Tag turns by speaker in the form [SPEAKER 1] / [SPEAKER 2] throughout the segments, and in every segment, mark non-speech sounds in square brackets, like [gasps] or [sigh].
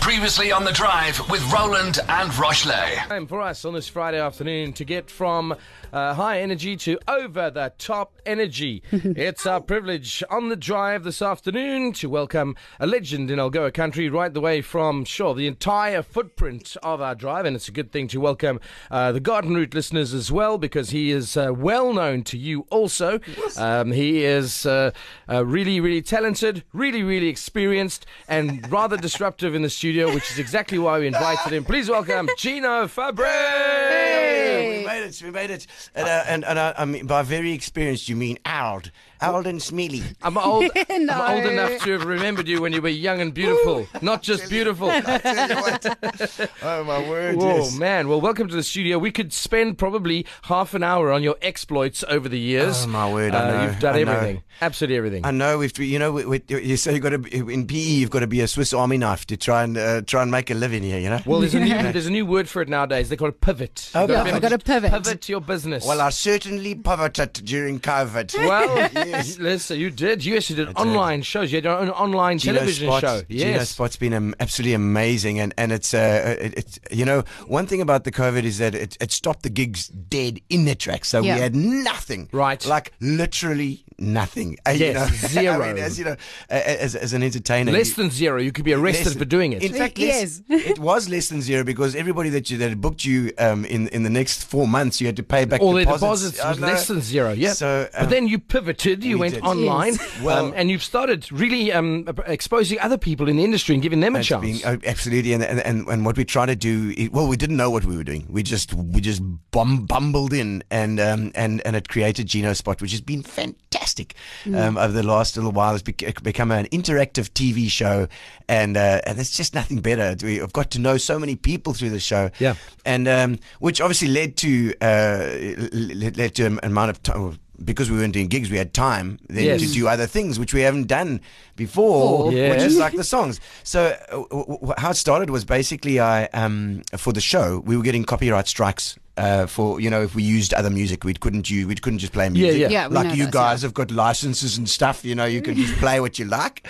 [SPEAKER 1] Previously on the drive with Roland and Rochley.
[SPEAKER 2] time for us on this Friday afternoon to get from uh, high energy to over the top energy. it's our privilege on the drive this afternoon to welcome a legend in Algoa country, right the way from, sure, the entire footprint of our drive. And it's a good thing to welcome uh, the Garden Route listeners as well, because he is uh, well known to you also. Um, he is uh, uh, really, really talented, really, really experienced,
[SPEAKER 3] [laughs]
[SPEAKER 2] and rather disruptive in the studio, which is exactly why we invited him. Please welcome Gino Fabre.
[SPEAKER 4] Eh,
[SPEAKER 3] We made it. We made it. And, uh, and, and uh, I mean, by very experienced, you mean Ald. Ald and Smeely.
[SPEAKER 2] I'm old.
[SPEAKER 3] [laughs]
[SPEAKER 4] No.
[SPEAKER 2] I'm old enough to have remembered you when you were young and beautiful, not just
[SPEAKER 3] [laughs]
[SPEAKER 2] beautiful.
[SPEAKER 3] Oh, my word.
[SPEAKER 2] Oh
[SPEAKER 3] yes.
[SPEAKER 2] man! Well, welcome to the studio. We could spend probably half an hour on your exploits over the years. Uh,
[SPEAKER 3] Oh, my word, I know,
[SPEAKER 2] You've done
[SPEAKER 3] I know.
[SPEAKER 2] everything, absolutely everything.
[SPEAKER 3] I know we've, you know, we, we, you say you got to, in PE, you've got to be a Swiss Army knife to try and uh, try and make a living here, you know.
[SPEAKER 2] well, there's a new
[SPEAKER 3] [laughs]
[SPEAKER 2] there's a new word for it nowadays. They call it pivot.
[SPEAKER 3] Oh,
[SPEAKER 2] You've gotta
[SPEAKER 3] yeah,
[SPEAKER 2] be able
[SPEAKER 4] I gotta
[SPEAKER 2] to
[SPEAKER 4] pivot.
[SPEAKER 2] Pivot your business.
[SPEAKER 3] Well, I certainly pivoted during COVID.
[SPEAKER 2] [laughs] Well,
[SPEAKER 3] [laughs]
[SPEAKER 2] [laughs] listen, you did. You actually did online shows. You had your own online television
[SPEAKER 3] Spot,
[SPEAKER 2] show.
[SPEAKER 3] Gino
[SPEAKER 2] Yes.
[SPEAKER 3] Spot's been um, absolutely amazing, and and it's uh, it, it's you know one thing about the COVID is that it, it stopped the gigs dead in their tracks, so
[SPEAKER 4] Yeah.
[SPEAKER 3] we had nothing,
[SPEAKER 2] Right.
[SPEAKER 3] Like literally nothing. Uh,
[SPEAKER 2] Yes,
[SPEAKER 3] you know, [laughs]
[SPEAKER 2] zero.
[SPEAKER 3] I mean, as you know, a- a- as, as an entertainer,
[SPEAKER 2] Less
[SPEAKER 3] you-
[SPEAKER 2] than zero. You could be arrested
[SPEAKER 3] less-
[SPEAKER 2] for doing it.
[SPEAKER 3] In fact,
[SPEAKER 4] Yes.
[SPEAKER 3] less, it was less than zero because everybody that you that had booked you um, in in the next four months, you had to pay back
[SPEAKER 2] all their
[SPEAKER 3] deposits.
[SPEAKER 2] deposits
[SPEAKER 3] I
[SPEAKER 2] was
[SPEAKER 3] know.
[SPEAKER 2] less than zero. Yeah.
[SPEAKER 3] So,
[SPEAKER 2] but
[SPEAKER 3] um,
[SPEAKER 2] then you pivoted. You
[SPEAKER 3] we
[SPEAKER 2] went
[SPEAKER 3] did.
[SPEAKER 2] online,
[SPEAKER 4] Yes.
[SPEAKER 3] Well-
[SPEAKER 2] um, and you've started really um, exposing other people in the industry and giving them a
[SPEAKER 3] It's
[SPEAKER 2] chance.
[SPEAKER 3] been- oh, absolutely, and, and and and what we try to do, i- well, we didn't know what we were doing. We just we just bum, bumbled in, and um, and and it created Geno Spot, which has been fantastic
[SPEAKER 2] Mm.
[SPEAKER 3] um, over the last little while. It's bec- become an interactive TV show, and uh, and it's just nothing better. We- I've got to know so many people through the show,
[SPEAKER 2] Yeah.
[SPEAKER 3] and um, which obviously led to uh, led, led to an amount of time. Because we weren't doing gigs, we had time then
[SPEAKER 2] Yes.
[SPEAKER 3] to do other things which we haven't done before,
[SPEAKER 2] Before.
[SPEAKER 3] which
[SPEAKER 2] Yes.
[SPEAKER 3] is like the songs. So uh, w- w- how it started was basically I um, for the show we were getting copyright strikes. Uh, for you know, if we used other music, we couldn't you we couldn't just play music.
[SPEAKER 2] yeah.
[SPEAKER 4] Yeah, we know
[SPEAKER 3] like you
[SPEAKER 4] that,
[SPEAKER 3] guys have got licenses and stuff. You know, you can
[SPEAKER 4] [laughs]
[SPEAKER 3] just play what you like.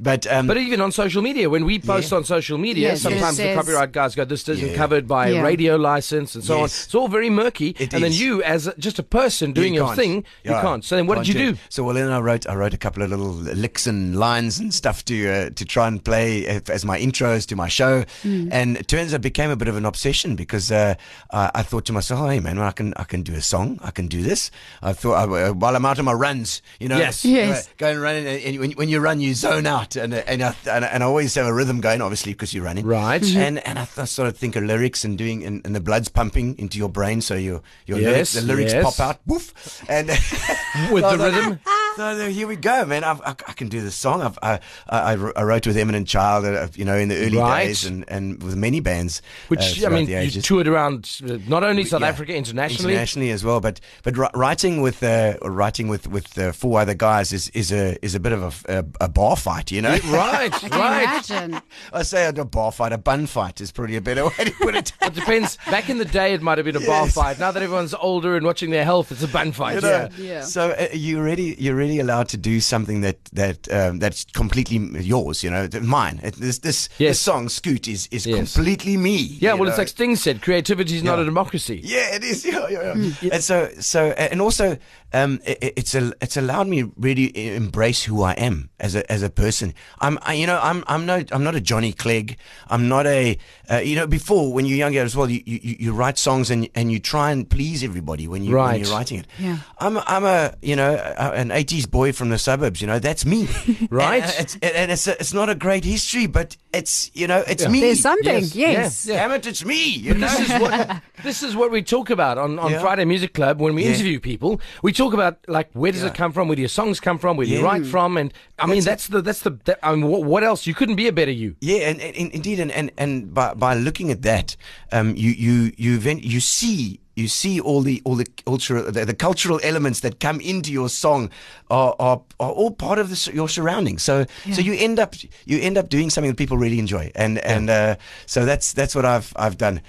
[SPEAKER 3] But um,
[SPEAKER 2] But even on social media, when we post on social media,
[SPEAKER 4] Yes,
[SPEAKER 2] sometimes
[SPEAKER 4] yes,
[SPEAKER 2] the
[SPEAKER 4] yes.
[SPEAKER 2] copyright guys go, "This isn't
[SPEAKER 3] Yeah.
[SPEAKER 2] covered by
[SPEAKER 4] Yeah.
[SPEAKER 2] radio license," and so on.
[SPEAKER 3] Yes.
[SPEAKER 2] It's all very murky.
[SPEAKER 3] It
[SPEAKER 2] and then
[SPEAKER 3] is.
[SPEAKER 2] you, as a, just a person doing
[SPEAKER 3] You
[SPEAKER 2] your
[SPEAKER 3] can't.
[SPEAKER 2] thing, you
[SPEAKER 3] Yeah.
[SPEAKER 2] can't. So then, what did
[SPEAKER 3] Can't
[SPEAKER 2] you
[SPEAKER 3] it.
[SPEAKER 2] do?
[SPEAKER 3] So well, then I wrote I wrote a couple of little licks and lines and stuff to uh, to try and play uh, as my intros to my show, and it turns out it became a bit of an obsession because uh, I, I thought to myself, hey man, I can I can do a song, I can do this. I thought I, uh, while I'm out on my runs, you know,
[SPEAKER 2] Yes.
[SPEAKER 4] Yes.
[SPEAKER 3] uh, go and run, and, and when, when you run, you zone out, and uh, and I, and, I, and I always have a rhythm going, obviously because you're running,
[SPEAKER 2] Right. Mhm.
[SPEAKER 3] And and I, th- I started to think of lyrics and doing and, and the blood's pumping into your brain, so your your
[SPEAKER 2] Yes,
[SPEAKER 3] lyrics, the lyrics
[SPEAKER 2] yes.
[SPEAKER 3] pop out woof, and [laughs]
[SPEAKER 2] With the
[SPEAKER 3] So I was like,
[SPEAKER 2] rhythm?
[SPEAKER 3] So there- here we go, man. I've, I, I can do this song. I've, I, I, I wr- I wrote with Eminent Child, uh, you know, in the early
[SPEAKER 2] Right.
[SPEAKER 3] days, and, and with many bands.
[SPEAKER 2] Which
[SPEAKER 3] uh,
[SPEAKER 2] I mean,
[SPEAKER 3] throughout the
[SPEAKER 2] you
[SPEAKER 3] ages.
[SPEAKER 2] toured around uh, not only South
[SPEAKER 3] Yeah.
[SPEAKER 2] Africa internationally.
[SPEAKER 3] internationally as well. But but wri- writing with uh, writing with with uh, four other guys is, is a is a bit of a f- a, a bar fight, you know.
[SPEAKER 2] Right, right.
[SPEAKER 4] Imagine.
[SPEAKER 3] [laughs] I say a bar fight, a bun fight is probably a better [laughs] way to put it.
[SPEAKER 2] It depends. Back in the day, it might have been a bar
[SPEAKER 3] Yes.
[SPEAKER 2] fight. Now that everyone's older and watching their health, it's a bun fight.
[SPEAKER 3] You know?
[SPEAKER 4] Yeah. Yeah.
[SPEAKER 3] So uh, you're really you're really allowed to do something that that um, that's completely m- yours. You know, th- mine. It, this this,
[SPEAKER 2] Yes.
[SPEAKER 3] this song, Scoot, is is
[SPEAKER 2] Yes.
[SPEAKER 3] completely me.
[SPEAKER 2] Yeah,
[SPEAKER 3] you
[SPEAKER 2] well, it's
[SPEAKER 3] know.
[SPEAKER 2] like Sting said, creativity is not
[SPEAKER 3] Yeah.
[SPEAKER 2] a democracy.
[SPEAKER 3] Yeah, it is. [laughs] Yeah, yeah, yeah. And so, so, and also, um, it, it's a, it's allowed me really e, embrace who I am as a, as a person. I'm, I, you know, I'm, I'm no, I'm not a Johnny Clegg. I'm not a, uh, you know, before when you're younger as well, you, you, you- you write songs and and you try and please everybody when you
[SPEAKER 2] Right.
[SPEAKER 3] when you're writing it.
[SPEAKER 4] Yeah.
[SPEAKER 3] I'm, I'm a, you know, a, an '80s boy from the suburbs. You know, that's me.
[SPEAKER 2] Right.
[SPEAKER 3] And, uh, it's, and it's, a, it's not a great history, but it's, you know, it's me.
[SPEAKER 4] There's something.
[SPEAKER 2] Yes.
[SPEAKER 4] Yes.
[SPEAKER 2] Yeah.
[SPEAKER 3] Damn it, it's me. You know?
[SPEAKER 2] This is what this is what we talk about on, on
[SPEAKER 3] Yeah.
[SPEAKER 2] Friday Music Club when we
[SPEAKER 3] Yeah.
[SPEAKER 2] interview people. We talk about like where does
[SPEAKER 3] Yeah.
[SPEAKER 2] it come from, where do your songs come from, where do you
[SPEAKER 3] Yeah.
[SPEAKER 2] write from, and I mean that's
[SPEAKER 3] That's
[SPEAKER 2] the that's the that, I mean, what, what else? You couldn't be a better you.
[SPEAKER 3] Yeah, and, and- and indeed, and and, and by, by looking at that, um, you you you event, you see you see all the all the cultural the, the cultural elements that come into your song are are, are all part of the, s- your surroundings. So so you end up you end up doing something that people really enjoy, and and uh, so that's that's what I've I've done.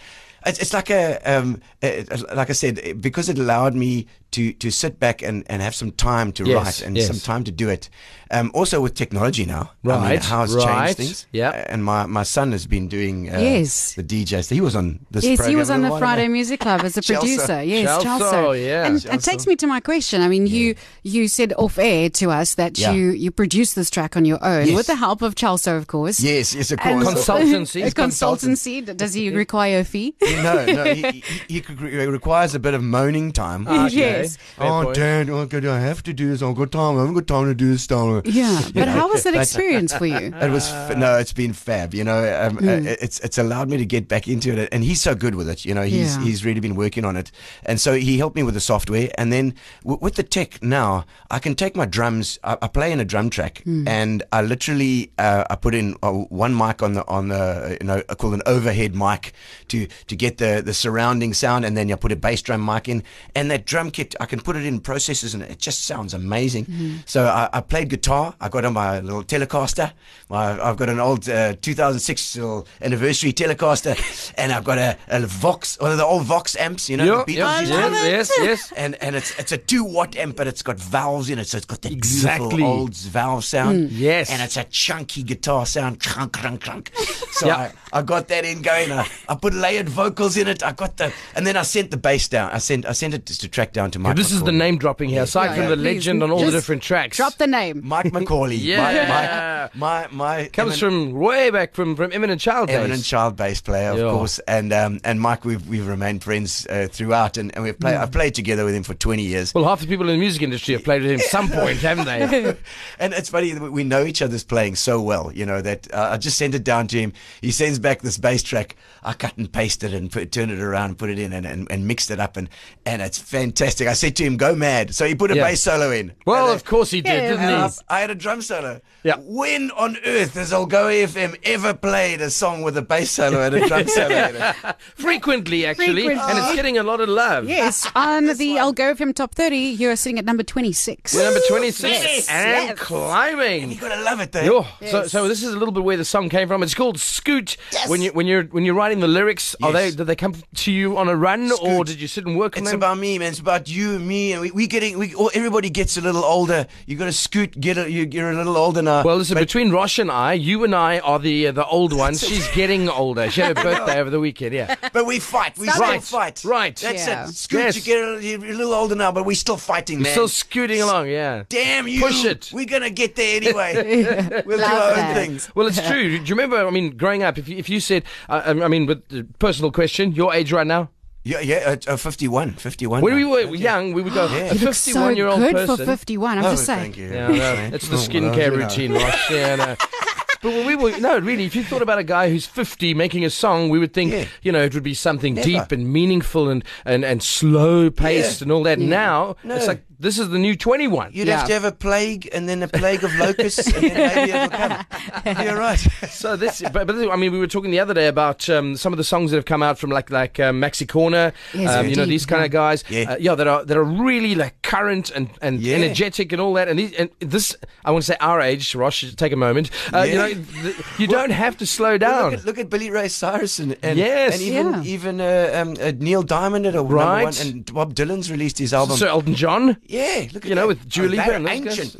[SPEAKER 3] It's, it's like a um, uh, like I said because it allowed me to to sit back and, and have some time to
[SPEAKER 2] Yes,
[SPEAKER 3] write and
[SPEAKER 2] yes.
[SPEAKER 3] some time to do it. Um, also with technology now, I mean,
[SPEAKER 2] Right,
[SPEAKER 3] how it's
[SPEAKER 2] right,
[SPEAKER 3] changed things.
[SPEAKER 2] yep.
[SPEAKER 3] Uh, and my, my son has been doing uh,
[SPEAKER 4] Yes.
[SPEAKER 3] the DJ. So he was on this.
[SPEAKER 4] Yes, he
[SPEAKER 3] program
[SPEAKER 4] was
[SPEAKER 3] a
[SPEAKER 4] on the
[SPEAKER 3] while
[SPEAKER 4] Friday
[SPEAKER 3] ago.
[SPEAKER 4] Music Club as a
[SPEAKER 3] Chelsea.
[SPEAKER 4] producer. Yes,
[SPEAKER 2] Chelsea,
[SPEAKER 4] Chelsea.
[SPEAKER 2] yeah.
[SPEAKER 4] And it takes me to my question. I mean, you you said off air to us that
[SPEAKER 3] Yeah.
[SPEAKER 4] you you produced this track on your own
[SPEAKER 3] Yes.
[SPEAKER 4] with the help of Chelsea, of course.
[SPEAKER 3] Yes, yes, of
[SPEAKER 4] And-
[SPEAKER 3] course.
[SPEAKER 4] [laughs]
[SPEAKER 2] Consultancy.
[SPEAKER 4] It's consultancy. Does he require a fee?
[SPEAKER 3] [laughs]
[SPEAKER 4] [laughs]
[SPEAKER 3] no, no, he, he- he, he requires a bit of moaning time.
[SPEAKER 2] Okay.
[SPEAKER 4] [laughs] Yes.
[SPEAKER 2] Fair
[SPEAKER 3] Oh,
[SPEAKER 2] point.
[SPEAKER 3] Dad, oh, God, I have to do this. I've got time. I haven't got time to do this stuff.
[SPEAKER 4] Yeah. But
[SPEAKER 3] know,
[SPEAKER 4] how was that experience for you?
[SPEAKER 3] It was f- no, it's been fab. You know, um, uh, it's it's allowed me to get back into it, and he's so good with it. You know, he's
[SPEAKER 4] Yeah.
[SPEAKER 3] he's really been working on it, and so he helped me with the software, and then w- with the tech now, I can take my drums. I, I play in a drum track, and I literally uh, I put in uh, one mic on the on the you know I call an overhead mic to to get the the surrounding sound, and then I put a bass drum mic in, and that drum kit I can put it in processes, and it just sounds amazing. So I, I played guitar. I got on my little Telecaster. My, I've got an old uh, 2006 little anniversary Telecaster, and I've got a, a Vox, one of the old Vox amps, you know,
[SPEAKER 2] Yeah,
[SPEAKER 3] the Beatles
[SPEAKER 2] yeah,
[SPEAKER 3] used to have.
[SPEAKER 2] yes, yes, yes.
[SPEAKER 3] And and it's it's a two watt amp, but it's got valves in it, so it's got that
[SPEAKER 2] Exactly. Mm.
[SPEAKER 3] beautiful old valve sound.
[SPEAKER 2] Yes.
[SPEAKER 3] and it's a chunky guitar sound, crunk crunk crunk. So
[SPEAKER 2] Yeah.
[SPEAKER 3] I, I got that in going. I, I put layered vocals in it. I got the and then I sent the bass down. I sent I sent it to track down to Mike.
[SPEAKER 2] This is the
[SPEAKER 3] McCauley.
[SPEAKER 2] name dropping here, aside
[SPEAKER 4] Yeah,
[SPEAKER 2] from
[SPEAKER 4] yeah,
[SPEAKER 2] the
[SPEAKER 4] please.
[SPEAKER 2] legend on all the
[SPEAKER 4] Just
[SPEAKER 2] different tracks.
[SPEAKER 4] Drop the name.
[SPEAKER 3] Mike McCauley.
[SPEAKER 2] [laughs] Yeah.
[SPEAKER 3] my my, my, my
[SPEAKER 2] Comes
[SPEAKER 3] emin-
[SPEAKER 2] from way back from, from Imminent Child days.
[SPEAKER 3] eminent child bass player, of
[SPEAKER 2] Yeah.
[SPEAKER 3] course, and um, and Mike, we've we've remained friends uh, throughout, and, and we've played.
[SPEAKER 2] Mm.
[SPEAKER 3] I've played together with him for twenty years.
[SPEAKER 2] Well, half the people in the music industry have played with him at some point, haven't they?
[SPEAKER 3] [laughs] and it's funny that we know each other's playing so well, you know, that uh, I just sent it down to him. He sends back this bass track. I cut and pasted it and put, turned it around and put it in and, and, and mixed it up. And, and it's fantastic. I said to him, go mad. So he put a
[SPEAKER 2] Yeah.
[SPEAKER 3] bass solo in.
[SPEAKER 2] Well,
[SPEAKER 3] And, uh,
[SPEAKER 2] of course he did,
[SPEAKER 3] and
[SPEAKER 2] didn't
[SPEAKER 3] I,
[SPEAKER 2] he?
[SPEAKER 3] I had a drum solo.
[SPEAKER 2] Yeah.
[SPEAKER 3] When on earth has Algoa FM ever played a song with a bass solo and a
[SPEAKER 2] [laughs]
[SPEAKER 3] drum solo in it?
[SPEAKER 2] Frequently, actually.
[SPEAKER 4] Frequently.
[SPEAKER 2] And it's getting a lot of love. [laughs]
[SPEAKER 4] Yes. On the Algorithm Top 30, you are sitting at number 26.
[SPEAKER 2] We're number 26
[SPEAKER 4] Yes,
[SPEAKER 2] and
[SPEAKER 4] yes.
[SPEAKER 3] You
[SPEAKER 2] climbing.
[SPEAKER 3] gotta love it, though.
[SPEAKER 2] Oh, so, so this is a little bit where the song came from. It's called Scoot. When you when you're when you're writing the lyrics, are they
[SPEAKER 3] Yes.
[SPEAKER 2] did they come to you on a run or
[SPEAKER 3] Scoot.
[SPEAKER 2] did you sit and work on
[SPEAKER 3] It's
[SPEAKER 2] them?
[SPEAKER 3] about me, man. It's about you and me, and we, we getting we. All, everybody gets a little older. You gotta scoot. Get a, you, you're a little older now.
[SPEAKER 2] well, listen, between Rosh and I, you and I are the uh, the old ones. She's getting older. She had
[SPEAKER 3] [laughs]
[SPEAKER 2] her birthday over the weekend. Yeah.
[SPEAKER 3] But we fight. We
[SPEAKER 2] Stop
[SPEAKER 3] still
[SPEAKER 2] it.
[SPEAKER 3] fight.
[SPEAKER 2] Right.
[SPEAKER 3] That's
[SPEAKER 4] Yeah.
[SPEAKER 3] it. Scoot,
[SPEAKER 2] Yes.
[SPEAKER 3] you get a, you're a little older now, but we're still fighting, [laughs] man.
[SPEAKER 2] Still scooting along,
[SPEAKER 3] [laughs]
[SPEAKER 2] yeah.
[SPEAKER 3] Damn you.
[SPEAKER 2] Push it.
[SPEAKER 3] We're going to get
[SPEAKER 2] [laughs]
[SPEAKER 3] there anyway. we'll do
[SPEAKER 4] Love
[SPEAKER 3] our
[SPEAKER 4] that.
[SPEAKER 3] own things.
[SPEAKER 2] Well, it's true. Do you remember? I mean, growing up, if you, if you said, uh, I I mean, with the personal question, your age right now,
[SPEAKER 3] Yeah, yeah, uh, uh, 51. 51.
[SPEAKER 2] when we
[SPEAKER 3] now.
[SPEAKER 2] were young, we would
[SPEAKER 3] [gasps]
[SPEAKER 2] go, a
[SPEAKER 4] You look so
[SPEAKER 2] 51 year old
[SPEAKER 4] good
[SPEAKER 2] person.
[SPEAKER 4] for 51. I'm
[SPEAKER 3] Oh,
[SPEAKER 4] just saying.
[SPEAKER 3] thank you.
[SPEAKER 2] Yeah, I know.
[SPEAKER 3] Thanks.
[SPEAKER 2] it's the
[SPEAKER 3] Oh, well,
[SPEAKER 2] skincare
[SPEAKER 3] you know.
[SPEAKER 2] routine, Ross. Yeah, I know.
[SPEAKER 3] [laughs]
[SPEAKER 2] But when we were, no, really, if you thought about a guy who's 50 making a song, we would think,
[SPEAKER 3] Yeah.
[SPEAKER 2] you know, it would be something
[SPEAKER 3] Never.
[SPEAKER 2] deep and meaningful and, and, and slow paced and all that. Now, it's like, this is the new 21.
[SPEAKER 3] You'd
[SPEAKER 4] Yeah.
[SPEAKER 3] have to have a plague and then a plague of locusts, and then
[SPEAKER 4] [laughs]
[SPEAKER 3] maybe it'll come. You're right.
[SPEAKER 2] So this, but, but this- I mean, we were talking the other day about um, some of the songs that have come out from like like um, Maxi Corner,
[SPEAKER 4] Yes,
[SPEAKER 2] um, you know
[SPEAKER 4] indeed,
[SPEAKER 2] these kind
[SPEAKER 4] yeah.
[SPEAKER 2] of guys,
[SPEAKER 3] Yeah.
[SPEAKER 2] uh, yeah, that are that are really like current and, and
[SPEAKER 3] Yeah.
[SPEAKER 2] energetic and all that. And, these, and this, I want to say, our age, Rosh, take a moment. Uh, You
[SPEAKER 3] Yeah.
[SPEAKER 2] know, th- you don't have to slow
[SPEAKER 3] Well,
[SPEAKER 2] [laughs] down.
[SPEAKER 3] Look at, look at Billy Ray Cyrus and, and,
[SPEAKER 2] Yes.
[SPEAKER 3] and even,
[SPEAKER 4] Yeah.
[SPEAKER 3] even uh, um, uh, Neil Diamond at a number
[SPEAKER 2] Right.
[SPEAKER 3] one, and Bob Dylan's released his album.
[SPEAKER 2] Sir Elton John,
[SPEAKER 3] yeah, look at
[SPEAKER 2] you know,
[SPEAKER 3] that.
[SPEAKER 2] with Dua
[SPEAKER 3] Oh,
[SPEAKER 2] Lipa
[SPEAKER 3] they're
[SPEAKER 2] and those guys.
[SPEAKER 3] ancient,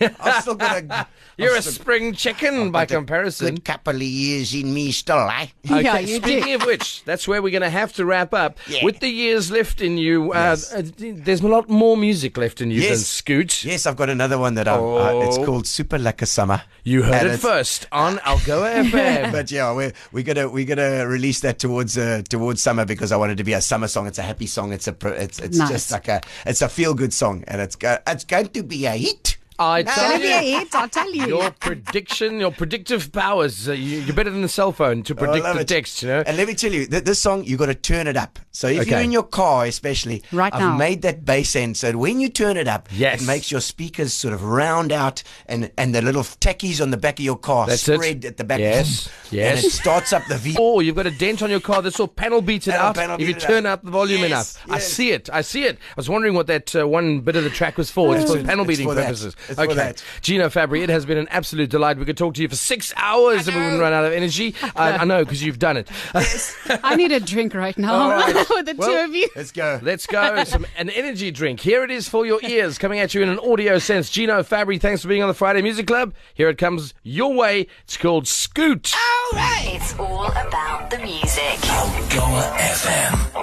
[SPEAKER 3] man. [laughs] I've still got
[SPEAKER 2] [laughs]
[SPEAKER 3] a.
[SPEAKER 2] you're a
[SPEAKER 3] I've still-
[SPEAKER 2] spring chicken by
[SPEAKER 3] got Oh, a
[SPEAKER 2] comparison.
[SPEAKER 3] Good couple of years in me still, eh?
[SPEAKER 4] [laughs] Yeah, you do.
[SPEAKER 2] speaking of which, that's where we're going to have to wrap up.
[SPEAKER 3] Yeah.
[SPEAKER 2] With the years left in you, uh, uh, there's a lot more music left in you than
[SPEAKER 3] Yes.
[SPEAKER 2] Scoot.
[SPEAKER 3] Yes, I've got another one that I'm. Uh, it's
[SPEAKER 2] Oh.
[SPEAKER 3] called Super Laka Summer.
[SPEAKER 2] You heard
[SPEAKER 3] And
[SPEAKER 2] it
[SPEAKER 3] it's-
[SPEAKER 2] first on
[SPEAKER 3] [laughs]
[SPEAKER 2] Algoa FM.
[SPEAKER 3] But yeah, we're we gonna we're gonna release that towards uh, towards summer because I want it to be a summer song. It's a happy song. It's a pro- it's it's
[SPEAKER 4] Nice.
[SPEAKER 3] just like a it's a feel good song, and it's go- it's going to be a hit.
[SPEAKER 2] I tell
[SPEAKER 4] Olivia
[SPEAKER 2] you,
[SPEAKER 4] Heath, I'll tell you.
[SPEAKER 2] your prediction, your predictive powers, uh, you, you're better than the cell phone to
[SPEAKER 3] Oh, I
[SPEAKER 2] predict
[SPEAKER 3] love
[SPEAKER 2] the
[SPEAKER 3] it.
[SPEAKER 2] text, you know?
[SPEAKER 3] And let me tell you, th- this song you got to turn it up. So if you're
[SPEAKER 2] Okay.
[SPEAKER 3] in your car, especially,
[SPEAKER 4] Right
[SPEAKER 3] I've
[SPEAKER 4] now.
[SPEAKER 3] made that bass end. So when you turn it up,
[SPEAKER 2] Yes.
[SPEAKER 3] it makes your speakers sort of round out, and and the little tackies on the back of your car
[SPEAKER 2] That's it.
[SPEAKER 3] spread at the back.
[SPEAKER 2] Yes. Yes.
[SPEAKER 3] And it starts up
[SPEAKER 2] [laughs]
[SPEAKER 3] the V.
[SPEAKER 2] Or you've got a dent on your car. This will panel beat it
[SPEAKER 3] Panel-
[SPEAKER 2] up
[SPEAKER 3] panel
[SPEAKER 2] if you
[SPEAKER 3] beat it
[SPEAKER 2] turn
[SPEAKER 3] up.
[SPEAKER 2] up the volume
[SPEAKER 3] Yes,
[SPEAKER 2] enough. I
[SPEAKER 3] yes.
[SPEAKER 2] see it. I see it. I was wondering what that uh, one bit of the track was for. It's for
[SPEAKER 3] for-
[SPEAKER 2] panel
[SPEAKER 3] it's
[SPEAKER 2] beating
[SPEAKER 3] for that.
[SPEAKER 2] purposes.
[SPEAKER 3] It's for
[SPEAKER 2] okay.
[SPEAKER 3] that.
[SPEAKER 2] Gino Fabry, it has been an absolute delight. We could talk to you for six hours and we wouldn't run out of energy. I, I know, because you've done it.
[SPEAKER 4] I need a drink right now [laughs] with the two
[SPEAKER 2] Well,
[SPEAKER 4] of you.
[SPEAKER 3] [laughs] Let's go.
[SPEAKER 2] [laughs] Let's go. Some, an energy drink. Here it is for your ears, coming at you in an audio sense. Gino Fabry, thanks for being on the Friday Music Club. Here it comes your way. It's called Scoot.
[SPEAKER 5] It's all about the music.
[SPEAKER 1] Goa FM.